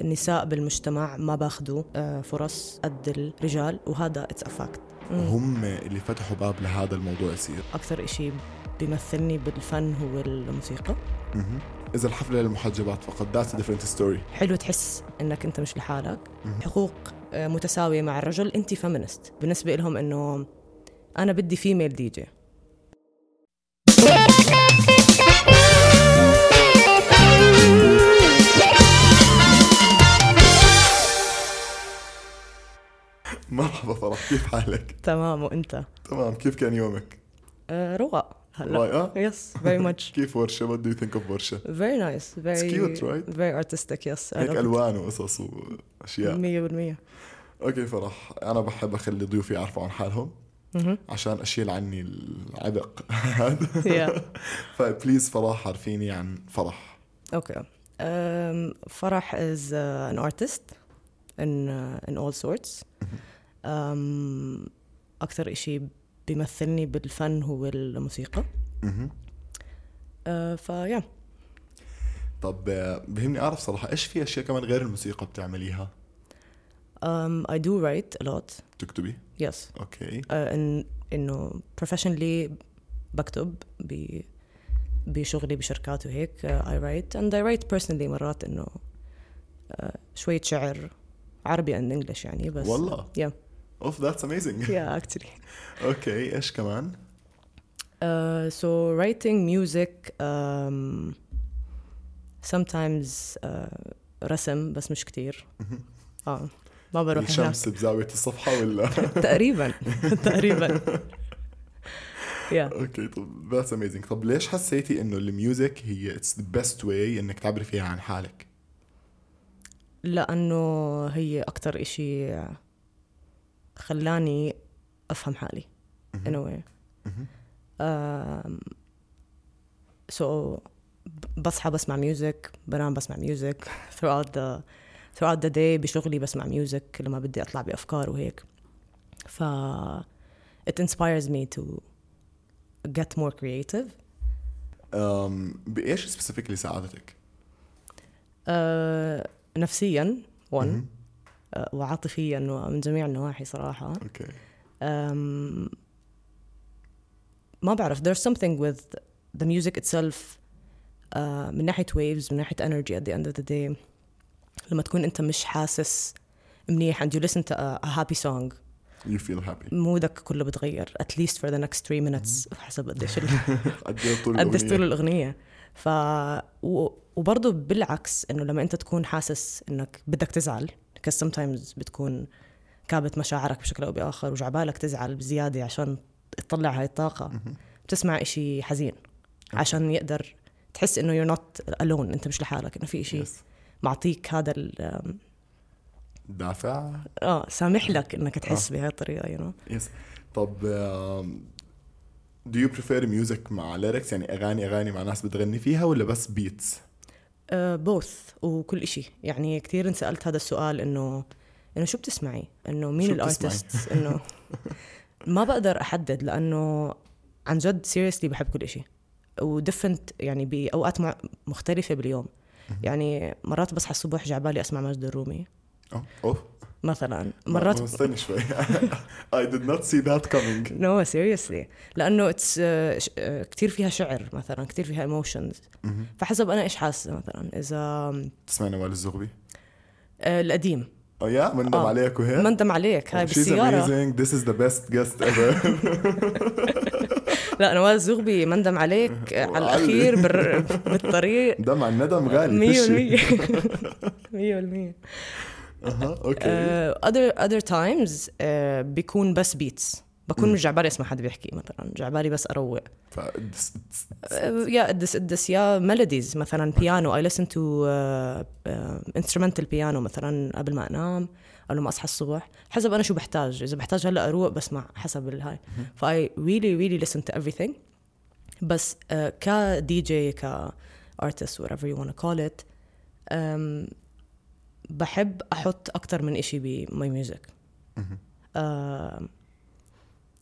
النساء بالمجتمع ما باخذوا فرص قد الرجال وهذا اتس افاكت هم اللي فتحوا باب لهذا الموضوع يصير اكثر إشي بيمثلني بالفن هو الموسيقى مهم. اذا الحفله للمحجبات فقط ذاتس ديفرنت ستوري حلو تحس انك انت مش لحالك مهم. حقوق آه، متساويه مع الرجل انت فيمنست بالنسبه لهم انه انا بدي فيميل دي جي مرحبا فرح كيف حالك تمام وانت تمام كيف كان يومك آه، رواق هلا رايقه يس فيري ماتش كيف ورشه وات دو يو ثينك اوف ورشه فيري نايس فيري cute, right? فيري ارتستيك يس هيك الوان وقصص واشياء 100% اوكي فرح انا بحب اخلي ضيوفي يعرفوا عن حالهم مهم. عشان اشيل عني العبق هذا Yeah. فبليز فرح عرفيني عن فرح Okay. Um, Farah is uh, an artist in uh, in all sorts. Um, أكثر إشي بيمثلني بالفن هو الموسيقى. مهم. Uh, فيا طب آه، بهمني اعرف صراحه ايش في اشياء كمان غير الموسيقى بتعمليها um, I do write a lot. تكتبي Yes. اوكي Uh, in إنه professionally بكتب ب بشغلي بشركات وهيك uh, I write and I write personally مرات إنه uh, شوية شعر عربي and English يعني بس والله yeah اوف ذاتس اميزنج yeah actually اوكي ايش كمان Uh, so writing music um, sometimes uh, Oh, رسم بس مش كتير اه ما بروح هناك الشمس بزاويه الصفحه ولا تقريبا تقريبا yeah. اوكي طب ذاتس اميزنج طب ليش حسيتي انه الميوزك هي اتس ذا بيست واي انك تعبري فيها عن حالك لأنه هي أكتر إشي خلاني أفهم حالي in a way مهم. um, so ب- بصحى بسمع ميوزك بنام بسمع ميوزك throughout the throughout the day بشغلي بسمع ميوزك لما بدي أطلع بأفكار وهيك ف it inspires me to get more creative أم، بايش سبيسيفيكلي ساعدتك uh, نفسيا one مهم. uh, وعاطفيا ومن جميع النواحي صراحة اوكي um, ما بعرف there's something with the music itself uh, من ناحية waves من ناحية energy at the end of the day لما تكون أنت مش حاسس منيح and you listen to a, a happy song يو فيل هابي مودك كله بتغير at least for the next 3 minutes حسب قديش ال- قد ايه طول قديش طول الأغنية؟ الأغنية ف و... وبرضه بالعكس انه لما انت تكون حاسس انك بدك تزعل because sometimes بتكون كابت مشاعرك بشكل او باخر وجعبالك تزعل بزياده عشان تطلع هاي الطاقه بتسمع إشي حزين عشان يقدر تحس انه you're not alone انت مش لحالك انه في إشي Yes. معطيك هذا ال- دافع اه سامح لك انك تحس آه. بهاي الطريقه you know. يس طب دو يو بريفير ميوزك مع ليركس يعني اغاني اغاني مع ناس بتغني فيها ولا بس بيتس آه، بوث وكل إشي يعني كثير انسألت هذا السؤال انه انه شو بتسمعي؟ انه مين شو بتسمعي؟ الارتست؟ انه ما بقدر احدد لانه عن جد سيريسلي بحب كل إشي ودفنت يعني باوقات مع- مختلفه باليوم يعني مرات بصحى الصبح جعبالي اسمع مجد الرومي اوف مثلا مرات استني شوي اي did not see that coming نو سيريسلي لانه اتس كثير آه، فيها شعر مثلا كثير فيها ايموشنز مهم. فحسب انا ايش حاسه مثلا اذا تسمع نوال الزغبي آه، القديم اه يا مندم آه. عليك وهيك مندم عليك هاي She's بالسياره amazing. This is the best guest ever. لا نواز زغبي مندم عليك آه، على الاخير بر... بالطريق دم عن ندم 100% غالي فشي. 100% اها اوكي آه، other other times آه، بيكون بس بيتس بكون مش جعبالي اسمع حد بيحكي مثلا جعبالي بس اروق ف- this- this- آه، يا قدس قدس يا ميلوديز مثلا بيانو اي لسن تو آه، انسترومنتال بيانو مثلا قبل ما انام قبل ما اصحى الصبح حسب انا شو بحتاج اذا بحتاج هلا اروق بسمع حسب الهاي فاي ريلي ريلي لسن تو everything بس آه، كدي جي ك artist whatever you want to call it um, بحب احط اكثر من إشي بماي ميوزك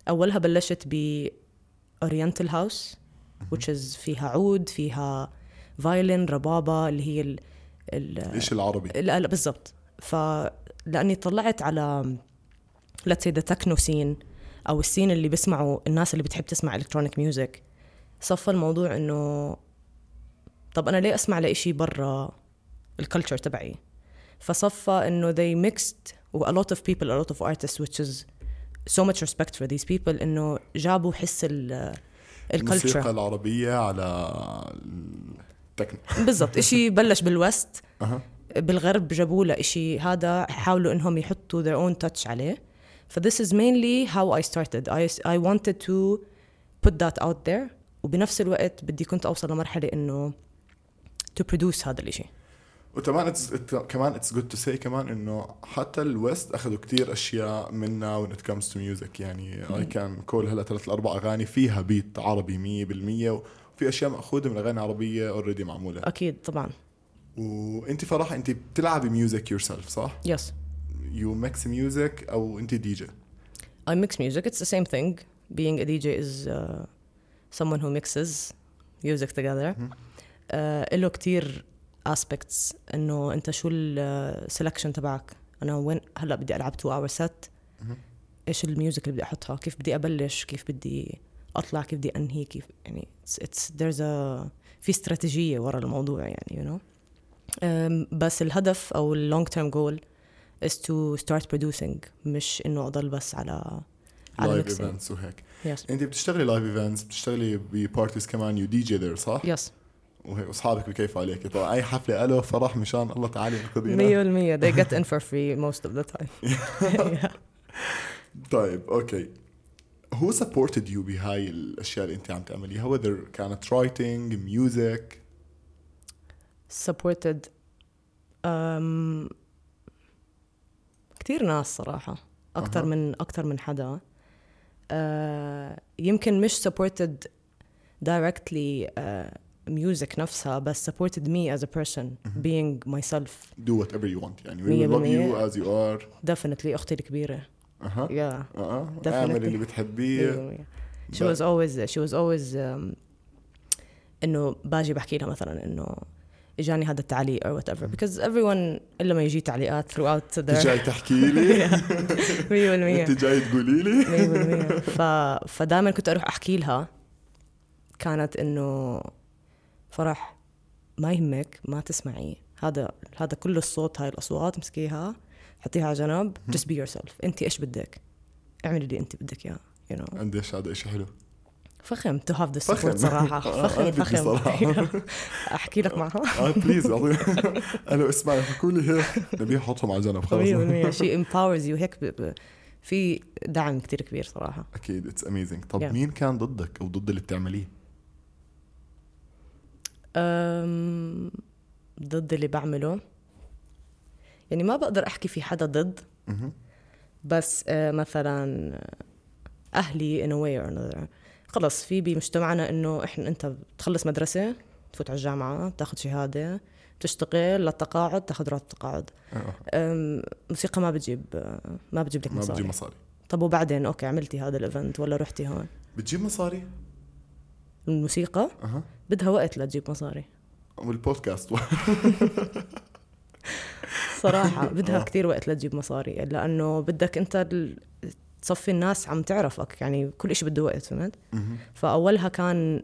اولها آه، بلشت ب اورينتال هاوس which is فيها عود فيها فايلن ربابة اللي هي ال- ال- الشيء العربي لا لا بالضبط فلاني طلعت على لتس ذا تكنو سين او السين اللي بيسمعوا الناس اللي بتحب تسمع الكترونيك ميوزك صفى الموضوع انه طب انا ليه اسمع لإشي برا الكلتشر تبعي فصفى انه they mixed و a lot of people a lot of artists which is so much respect for these people انه جابوا حس ال الموسيقى الكلتشر العربيه على التكنو بالضبط اشي بلش بالوست اها بالغرب جابوا له شيء هذا حاولوا انهم يحطوا their own touch عليه ف this is mainly how I started I, I wanted to put that out there وبنفس الوقت بدي كنت اوصل لمرحله انه to produce هذا الشيء وكمان it's, it, كمان اتس جود تو سي كمان انه حتى الويست اخذوا كتير اشياء منا وين ات كمز تو ميوزك يعني اي كان كل هلا ثلاث اربع اغاني فيها بيت عربي 100% وفي اشياء ماخوذه من اغاني عربيه اوريدي معموله اكيد طبعا وانت فرح انت بتلعبي ميوزك يور سيلف صح؟ يس يو ميكس ميوزك او انت دي جي I mix music it's the same thing being a DJ is uh, someone who mixes music together uh, له كتير aspects انه انت شو السلكشن تبعك انا وين هلا بدي العب 2 اور سيت ايش الميوزك اللي بدي احطها كيف بدي ابلش كيف بدي اطلع كيف بدي انهي كيف يعني it's, it's there's a في استراتيجيه ورا الموضوع يعني you know أم، بس الهدف او اللونج تيرم جول is to start producing مش انه اضل بس على على لايف mixing. ايفنتس وهيك يس انت بتشتغلي لايف ايفنتس بتشتغلي ببارتيز كمان يو دي جي ذير صح؟ يس وهيك اصحابك بكيفوا عليك طبعا اي حفله الو فرح مشان الله تعالي انقذينا 100% they get in for free most of the time Yeah. طيب اوكي هو سبورتد يو بهاي الاشياء اللي انت عم تعمليها whether كانت رايتنج ميوزك supported um, كتير ناس صراحة أكتر أها. من أكتر من حدا آه يمكن مش supported directly آه music نفسها بس supported me as a person being myself do whatever you want يعني we مية will love you بالمية. as you are definitely أختي الكبيرة اها yeah اها Definitely. اعمل اللي بتحبيه yeah. but- she was always she was always um, انه باجي بحكي لها مثلا انه اجاني هذا التعليق or whatever because everyone الا ما يجي تعليقات throughout انت their جاي تحكي لي انت 100% جاي تقولي لي 100% ف... فدائما كنت اروح احكي لها كانت انه فرح ما يهمك ما تسمعي هذا هذا كله الصوت هاي الاصوات امسكيها حطيها على جنب just be yourself انت ايش بدك اعملي اللي انت بدك اياه you know قديش هذا شيء حلو فخم تو هاف ذس فخم. سبورت صراحه آه، فخم أنا بدي فخم صراحة. احكي لك معها اه بليز الو اسمعي حكوا لي هيك نبيه حطهم على جنب 100% خلص شيء امباورز يو هيك ب- ب- في دعم كتير كبير صراحه اكيد اتس اميزنج طب Yeah. مين كان ضدك او ضد اللي بتعمليه؟ أم، ضد اللي بعمله يعني ما بقدر احكي في حدا ضد مهم. بس آه، مثلا آه، اهلي in a way or another خلص في بمجتمعنا انه احنا انت بتخلص مدرسه تفوت على الجامعه تاخذ شهاده تشتغل للتقاعد تاخذ راتب تقاعد آه، أم، موسيقى ما بتجيب ما بتجيب لك ما بتجيب مصاري مصاري طب وبعدين اوكي عملتي هذا الايفنت ولا رحتي هون بتجيب مصاري الموسيقى اها بدها وقت لتجيب مصاري والبودكاست صراحة بدها آه. كتير وقت لتجيب مصاري لأنه بدك أنت ال- تصفي الناس عم تعرفك يعني كل إشي بده وقت فهمت مهم. فأولها كان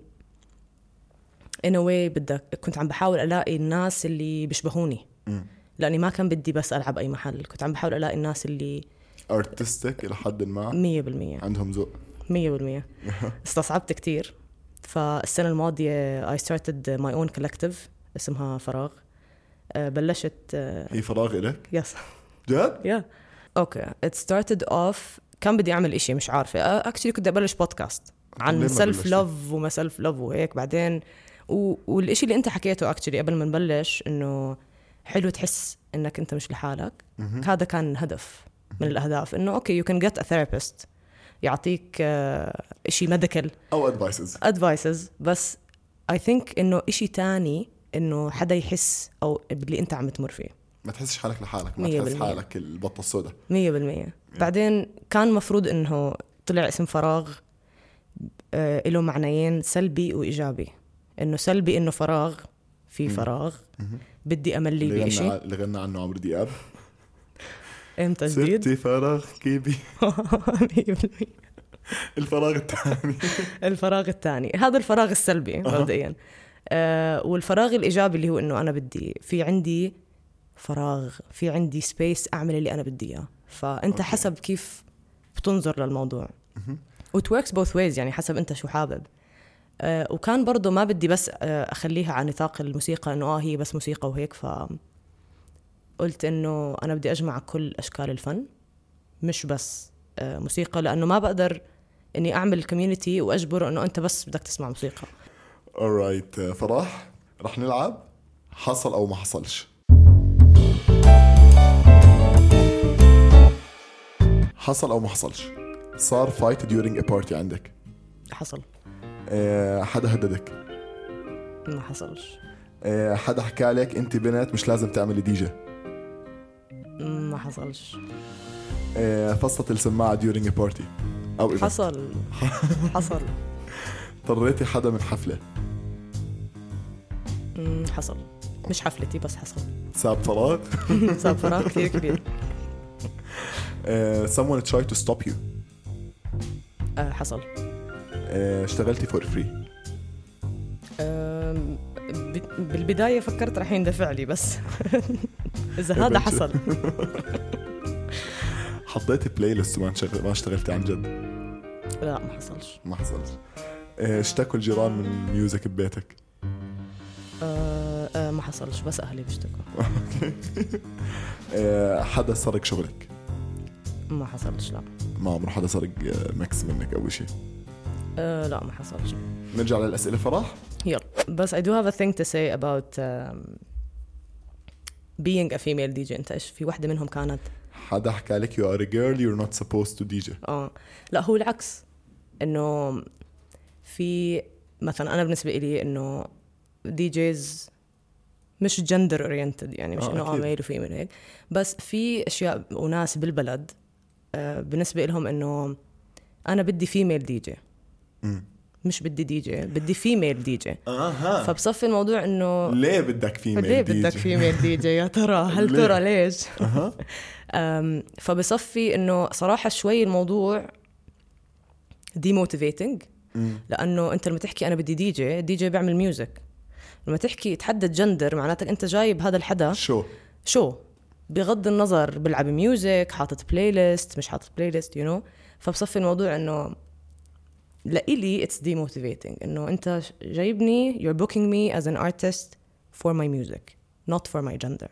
in a way بدك كنت عم بحاول ألاقي الناس اللي بيشبهوني مم. لأني ما كان بدي بس ألعب أي محل كنت عم بحاول ألاقي الناس اللي ارتستيك الى حد ما مية بالمية عندهم ذوق مية بالمية استصعبت كتير فالسنة الماضية I started my own collective اسمها فراغ آه، بلشت آه، هي فراغ الك يس جد يا اوكي it started off كان بدي اعمل اشي مش عارفة اكشلي كنت ابلش بودكاست ليه عن ما سيلف بلشت؟ لاف وما سيلف لاف وهيك بعدين و... والاشي اللي انت حكيته اكشلي قبل ما نبلش انه حلو تحس انك انت مش لحالك مهم. هذا كان هدف من الاهداف انه اوكي يو كان جيت ا ثيرابيست يعطيك آه، اشي ميديكال او ادفايسز ادفايسز بس اي ثينك انه اشي تاني انه حدا يحس او باللي انت عم تمر فيه ما تحسش حالك لحالك ما مية تحس بالمية. حالك البطه السوداء مية بالمية بعدين كان مفروض انه طلع اسم فراغ آه له معنيين سلبي وايجابي انه سلبي انه فراغ في فراغ بدي املي اللي غنى بشيء اللي غنى عنه عمرو دياب امتى جديد ستي فراغ كبير 100% الفراغ الثاني الفراغ الثاني هذا الفراغ السلبي مبدئيا آه والفراغ الايجابي اللي هو انه انا بدي في عندي فراغ في عندي سبيس اعمل اللي انا بدي اياه فانت أوكي. أوكي. حسب كيف بتنظر للموضوع وتوركس بوث ويز يعني حسب انت شو حابب آه وكان برضه ما بدي بس آه اخليها على نطاق الموسيقى انه اه هي بس موسيقى وهيك ف قلت انه انا بدي اجمع كل اشكال الفن مش بس آه موسيقى لانه ما بقدر اني اعمل كوميونتي واجبره انه انت بس بدك تسمع موسيقى اورايت آه، فرح رح نلعب حصل او ما حصلش حصل او ما حصلش صار فايت ديورينج ا بارتي عندك حصل آه، حدا هددك ما حصلش آه، حدا حكى لك انت بنت مش لازم تعملي دي جي ما حصلش آه، فصلت السماعه ديورينج ا بارتي او اذا حصل حصل اضطريتي حدا من حفله مم، حصل مش حفلتي بس حصل ساب فراغ صار فراغ كثير كبير آه، someone tried to stop you آه، حصل آه، اشتغلتي فور فري آم، ب- بالبداية فكرت رح يندفع لي بس إذا هذا حصل حطيتي بلاي ليست وما انشغل- ما اشتغلتي عن جد لا ما حصلش ما حصلش آه، اشتكوا الجيران من ميوزك ببيتك آه، آه، ما حصلش بس أهلي بيشتكوا آه، حدا سرق شغلك ما حصلش لا ما عمره حدا سرق آه، ماكس منك اول شيء آه، لا ما حصلش نرجع للاسئله فرح يلا بس I do have a thing to say about um, being a female DJ أنت إيش في واحدة منهم كانت حدا حكى لك يو ار جيرل يو نوت سبوست تو ديجي اه لا هو العكس انه في مثلا انا بالنسبه لي انه دي جيز مش جندر اورينتد يعني مش آه، انه اه أكيد. ميل وفي من هيك بس في اشياء وناس بالبلد آه، بالنسبه لهم انه انا بدي فيميل دي جي مش بدي دي جي بدي فيميل دي جي اها فبصفي الموضوع انه ليه بدك فيميل ليه بدك فيميل دي جي يا ترى هل ليه؟ ترى ليش أم، فبصفي انه صراحه شوي الموضوع ديموتيفيتنج لانه انت لما تحكي انا بدي دي جي دي جي بيعمل ميوزك لما تحكي تحدد جندر معناتك انت جايب هذا الحدا شو شو بغض النظر بلعب ميوزك حاطط بلاي ليست مش حاطط بلاي ليست يو نو فبصفي الموضوع انه لإلي اتس demotivating انه انت ش- جايبني you're booking me as an artist for my music not for my gender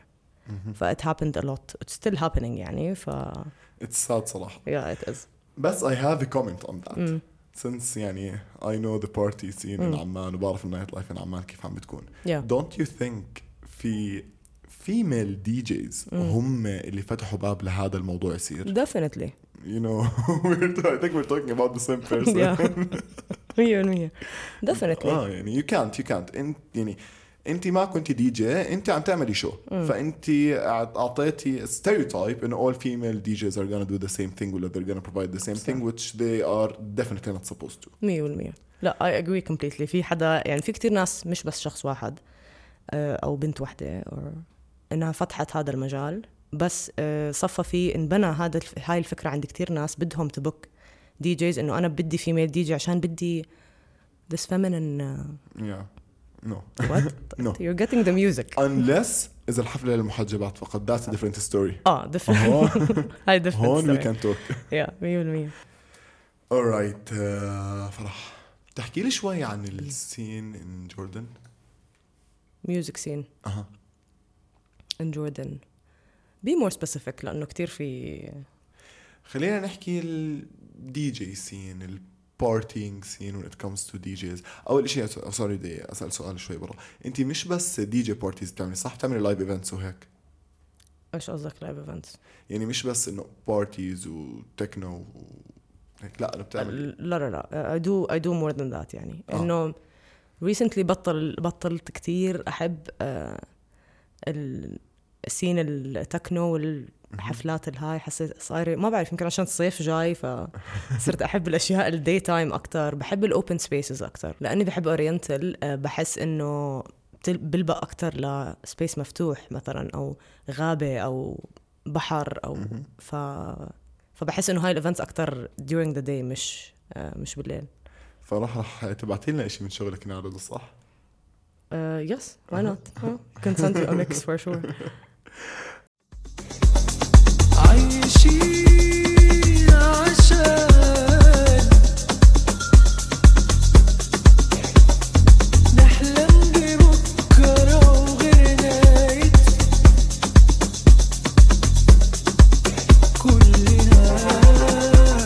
ف it happened a lot it's still happening يعني ف اتس ساد صراحه yeah it is بس I have a comment on that since يعني I know the party scene in عمان وبعرف النايت لايف in عمان كيف عم بتكون Yeah. don't you think في female DJs هم اللي فتحوا باب لهذا الموضوع يصير definitely you know we're I think we're talking about the same person yeah 100% definitely اه يعني you can't you can't انت يعني انت ما كنت دي جي انت عم تعملي شو فانت اعطيتي stereotype ان all female DJs are gonna do the same thing ولا they're gonna provide the same thing which they are definitely not supposed to 100% لا اي اجري كومبليتلي في حدا يعني في كتير ناس مش بس شخص واحد آه، او بنت واحده or انها فتحت هذا المجال بس آه، صفى في انبنى هذا الف- هاي الفكره عند كتير ناس بدهم تبك دي جيز انه انا بدي فيميل دي جي عشان بدي this feminine uh, Yeah. No. what No. آه. you're getting the music Unless إذا الحفلة للمحجبات فقط that's a different story. اه different آه، هون هاي different هون we story. can talk. yeah 100% Alright uh, فرح تحكي لي شوي عن السين in Jordan. music scene أها. in Jordan be more specific لانه كتير في خلينا نحكي الدي جي سين البارتينج سين when it comes to DJs أول شيء سوري بدي أسأل سؤال شوي برا أنت مش بس دي جي بارتيز بتعملي صح بتعملي لايف ايفنتس وهيك ايش قصدك لايف ايفنتس يعني مش بس إنه بارتيز وتكنو وهيك لا أنا بتعمل لا لا لا اي دو اي دو مور ذان ذات يعني آه. انه ريسنتلي بطل بطلت كتير احب آه، ال- السين التكنو والحفلات الهاي حسيت صايره ما بعرف يمكن عشان الصيف جاي فصرت احب الاشياء الدي تايم اكثر بحب الاوبن سبيسز اكثر لاني بحب اورينتال آه، بحس انه بتل- بلبق اكثر لسبيس مفتوح مثلا او غابه او بحر او ف فبحس انه هاي الايفنتس اكثر during the day مش آه، مش بالليل فراح رح تبعتي لنا شيء من شغلك نعرضه صح؟ يس واي نوت كونسنت تو ميكس فور شور عايشين عشان نحلم ببكرة وغير نايت كلنا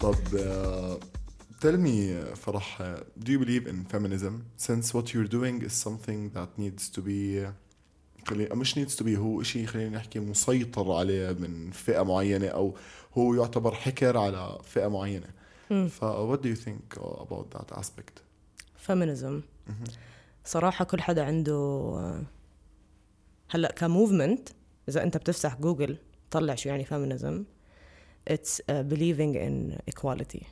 طب uh, tell me uh, فرح uh, do you believe in feminism since what you're doing is something that needs to be خلي مش needs to be هو شيء خلينا نحكي مسيطر عليه من فئة معينة أو هو يعتبر حكر على فئة معينة ف what do you think about that aspect فيمينيزم صراحه كل حدا عنده آه، هلا كموفمنت اذا انت بتفتح جوجل طلع شو يعني فيمينيزم اتس believing in equality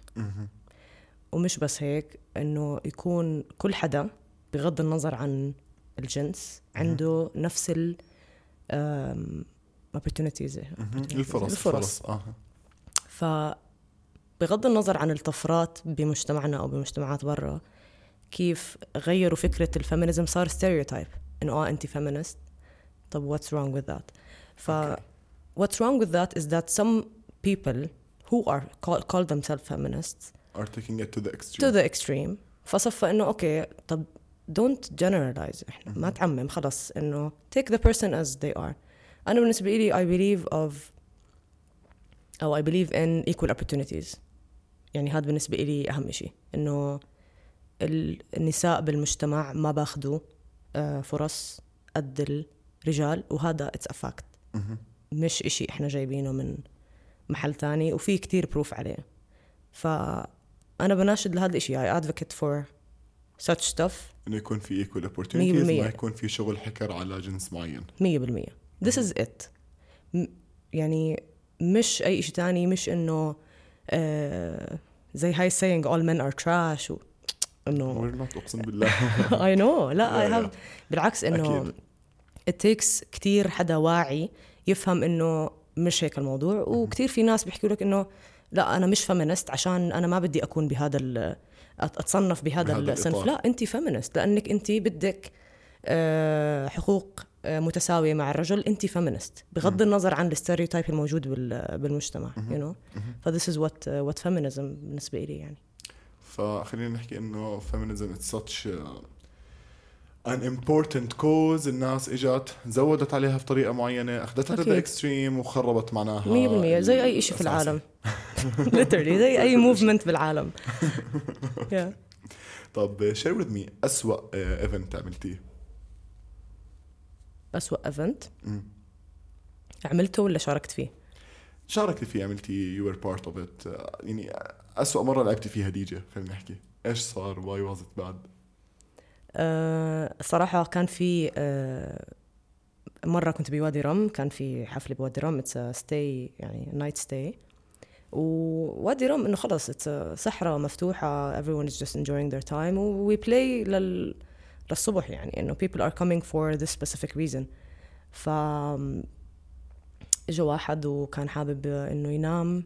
ومش بس هيك انه يكون كل حدا بغض النظر عن الجنس عنده نفس ال آم، opportunities الفرص الفرص آه. ف بغض النظر عن الطفرات بمجتمعنا او بمجتمعات برا كيف غيروا فكره الفيمينيزم صار ستيريوتايب انه اه انت فيمينست طب واتس wrong with that ف what's wrong with that is that some people who are call, call themselves feminists are taking it to the extreme to the extreme فصفى انه اوكي طب don't generalize احنا ما تعمم خلص انه take the person as they are انا بالنسبه لي I believe of او I believe in equal opportunities يعني هذا بالنسبه لي اهم شيء انه ال- النساء بالمجتمع ما باخذوا آه، فرص قد الرجال وهذا اتس a fact مش إشي احنا جايبينه من محل تاني وفي كتير بروف عليه فأنا بناشد لهذا الإشي I advocate for such stuff إنه يكون في equal opportunities مية بالمية. ما يكون في شغل حكر على جنس معين مية بالمية this is it م- يعني مش أي إشي تاني مش إنه آه زي هاي saying all men are trash و... إنه we're not أقسم بالله I know لا I لا، لا. have بالعكس إنه أكيد. it takes كتير حدا واعي يفهم إنه مش هيك الموضوع وكتير في ناس بيحكوا لك إنه لا أنا مش فيمينست عشان أنا ما بدي أكون بهذا ال أت- أتصنف بهذا بهذا الصنف الإطار. لا أنت فيمينست لأنك أنت بدك آه، حقوق آه، متساوية مع الرجل أنت فيمينست بغض النظر عن الستيريوتايب الموجود بال- بالمجتمع يو نو فذس از وات وات فيمينيزم آه، بالنسبة لي يعني فخلينا نحكي انه feminism it's such uh, an important cause الناس اجت زودت عليها بطريقه معينه اخذتها تو ذا أكيد. اكستريم وخربت معناها 100% زي اي شيء في الأساسي. العالم literally زي اي موفمنت بالعالم yeah. طب شير وذ مي اسوء ايفنت آه، عملتيه أسوأ ايفنت مم. عملته ولا شاركت فيه شاركتي فيه عملتي يو ار بارت اوف ات يعني اسوء مره لعبتي فيها ديجي خلينا نحكي ايش صار واي واز ات باد أه صراحة كان في أه مرة كنت بوادي رم كان في حفلة بوادي رم اتس ستي يعني نايت ستي ووادي رم انه خلص it's a صحراء مفتوحة everyone is just enjoying their time و we play لل للصبح يعني انه people are coming for this specific reason ف اجى واحد وكان حابب انه ينام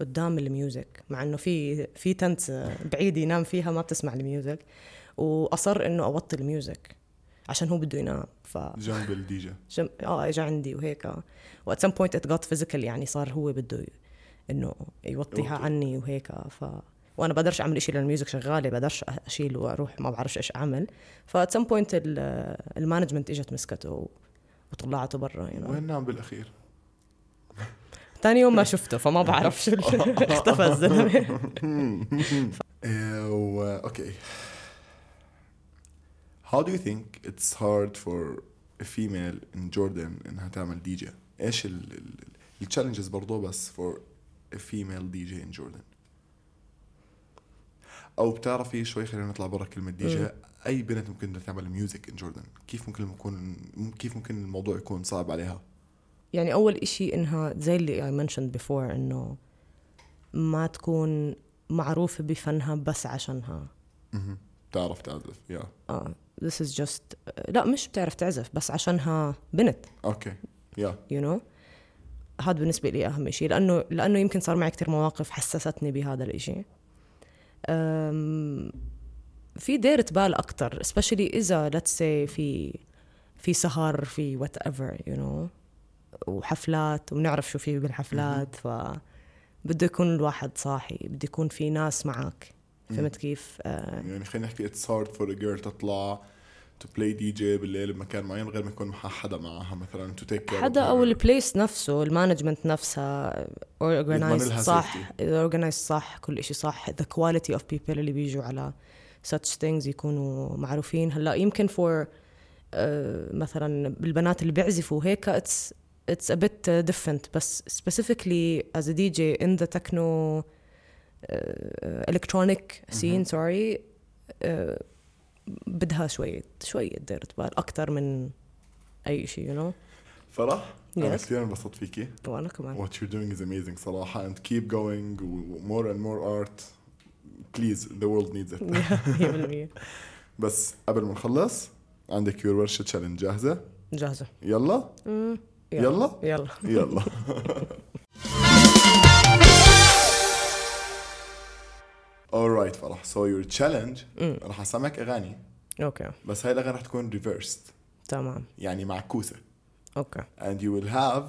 قدام الميوزك مع انه في في تنت بعيد ينام فيها ما بتسمع الميوزك واصر انه اوطي الميوزك عشان هو بده ينام ف جنب الديجي جم... اه اجى عندي وهيك و at some point it got physical يعني صار هو بده ي... انه يوطيها يوطي. عني وهيك ف وانا بقدرش اعمل شيء لان الميوزك شغاله بقدرش اشيل واروح ما بعرفش ايش اعمل ف at some point ال- المانجمنت اجت مسكته و- وطلعته برا يعني وين نام بالاخير؟ ثاني يوم ما شفته فما بعرف شو ال- اختفى الزلمه Uh, well, okay. How do you think it's hard for a female in Jordan انها تعمل دي جي؟ ايش التشالنجز برضه بس for a female DJ in Jordan؟ او بتعرفي شوي خلينا نطلع برا كلمه دي جي اي بنت ممكن بدها تعمل ميوزك ان جوردن كيف ممكن يكون كيف ممكن الموضوع يكون صعب عليها يعني اول إشي انها زي اللي I mentioned before انه ما تكون معروفة بفنها بس عشانها مهم. بتعرف تعزف يا اه this is just لا مش بتعرف تعزف بس عشانها بنت اوكي يا you know هذا بالنسبة لي أهم إشي لأنه لأنه يمكن صار معي كتير مواقف حسستني بهذا الإشي أم، في ديرة بال أكتر especially إذا let's say في في سهر في whatever you know وحفلات وبنعرف شو في بالحفلات ف بده يكون الواحد صاحي بده يكون في ناس معك فهمت كيف؟ آه، يعني خلينا نحكي اتس هارد فور ا جيرل تطلع تو بلاي دي جي بالليل بمكان معين من غير ما يكون معها حدا معها مثلا تو تيك حدا او البليس نفسه المانجمنت نفسها يضمن اورجنايزد لها صح اورجنايزد صح كل شيء صح the quality of people اللي بيجوا على such things يكونوا معروفين هلا يمكن for آه، مثلا بالبنات اللي بيعزفوا هيك اتس اتس ا بت ديفرنت بس specifically as a DJ in the techno آه، electronic scene sorry آه، بدها شوية شوية ديرة بال أكتر من أي شيء you know فرح انا Yes. كثير انبسطت فيكي وانا كمان what you're doing is amazing صراحه and keep going و- more and more art please the world needs it 100% بس قبل ما نخلص عندك يور ورشه تشالنج جاهزه جاهزه يلا يلا. يلا يلا alright فرح so your challenge رح اسمعك اغاني اوكي بس هاي الاغاني رح تكون reversed تمام يعني معكوسه اوكي and you will have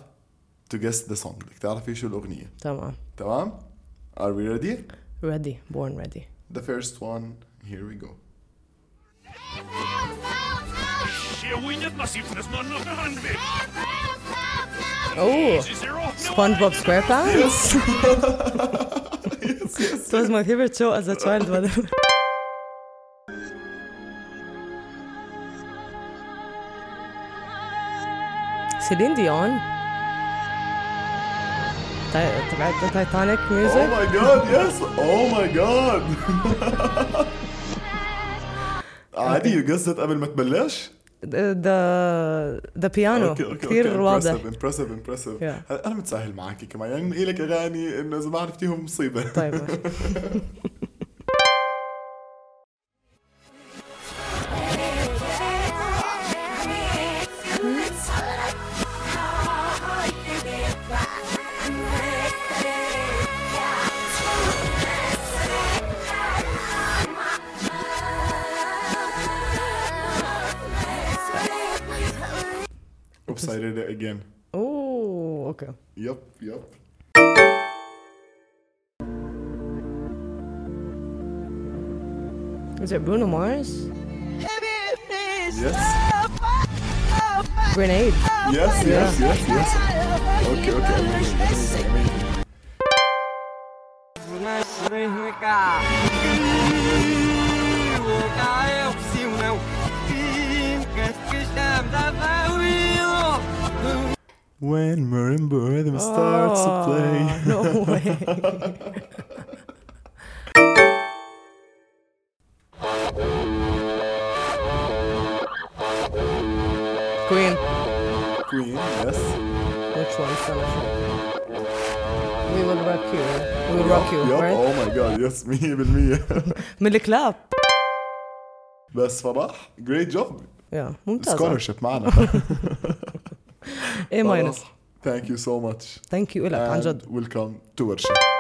to guess the song بدك تعرفي شو الاغنيه تمام تمام are we ready ready born ready the first one here we go Sherwin-Net massives Mann der Hand weg. اوه Sie sind auch nur سبونج بوب سكوير بانس It was my favorite show as a child but- سيلين ديون تاي- تبعت تايتانيك oh ميوزك my god yes oh my god عادي you guessed it قبل ما تبلش Oh، ذا ذا بيانو كثير واضح امبرسيف امبرسيف Yeah. انا متساهل معك كمان يعني نقي لك اغاني انه اذا ما عرفتيهم مصيبه طيب Oops, I did it again. اوه اوكي Yep, yep. Is it Bruno Mars? Yes, Grenade. yes, yes, yes, yes. Okay, okay, amazing, amazing, amazing. When marimba rhythm starts Oh, to play. no way. Queen. Queen, yes. Which one? Son of a- We will rock you. We will rock you, Yep, right? oh my god, yes, 100% من الكلاب. بس فرح great job Yeah. ممتازة. scholarship معنا A minus. Thank you so much Thank you لك عن And جد. welcome to worship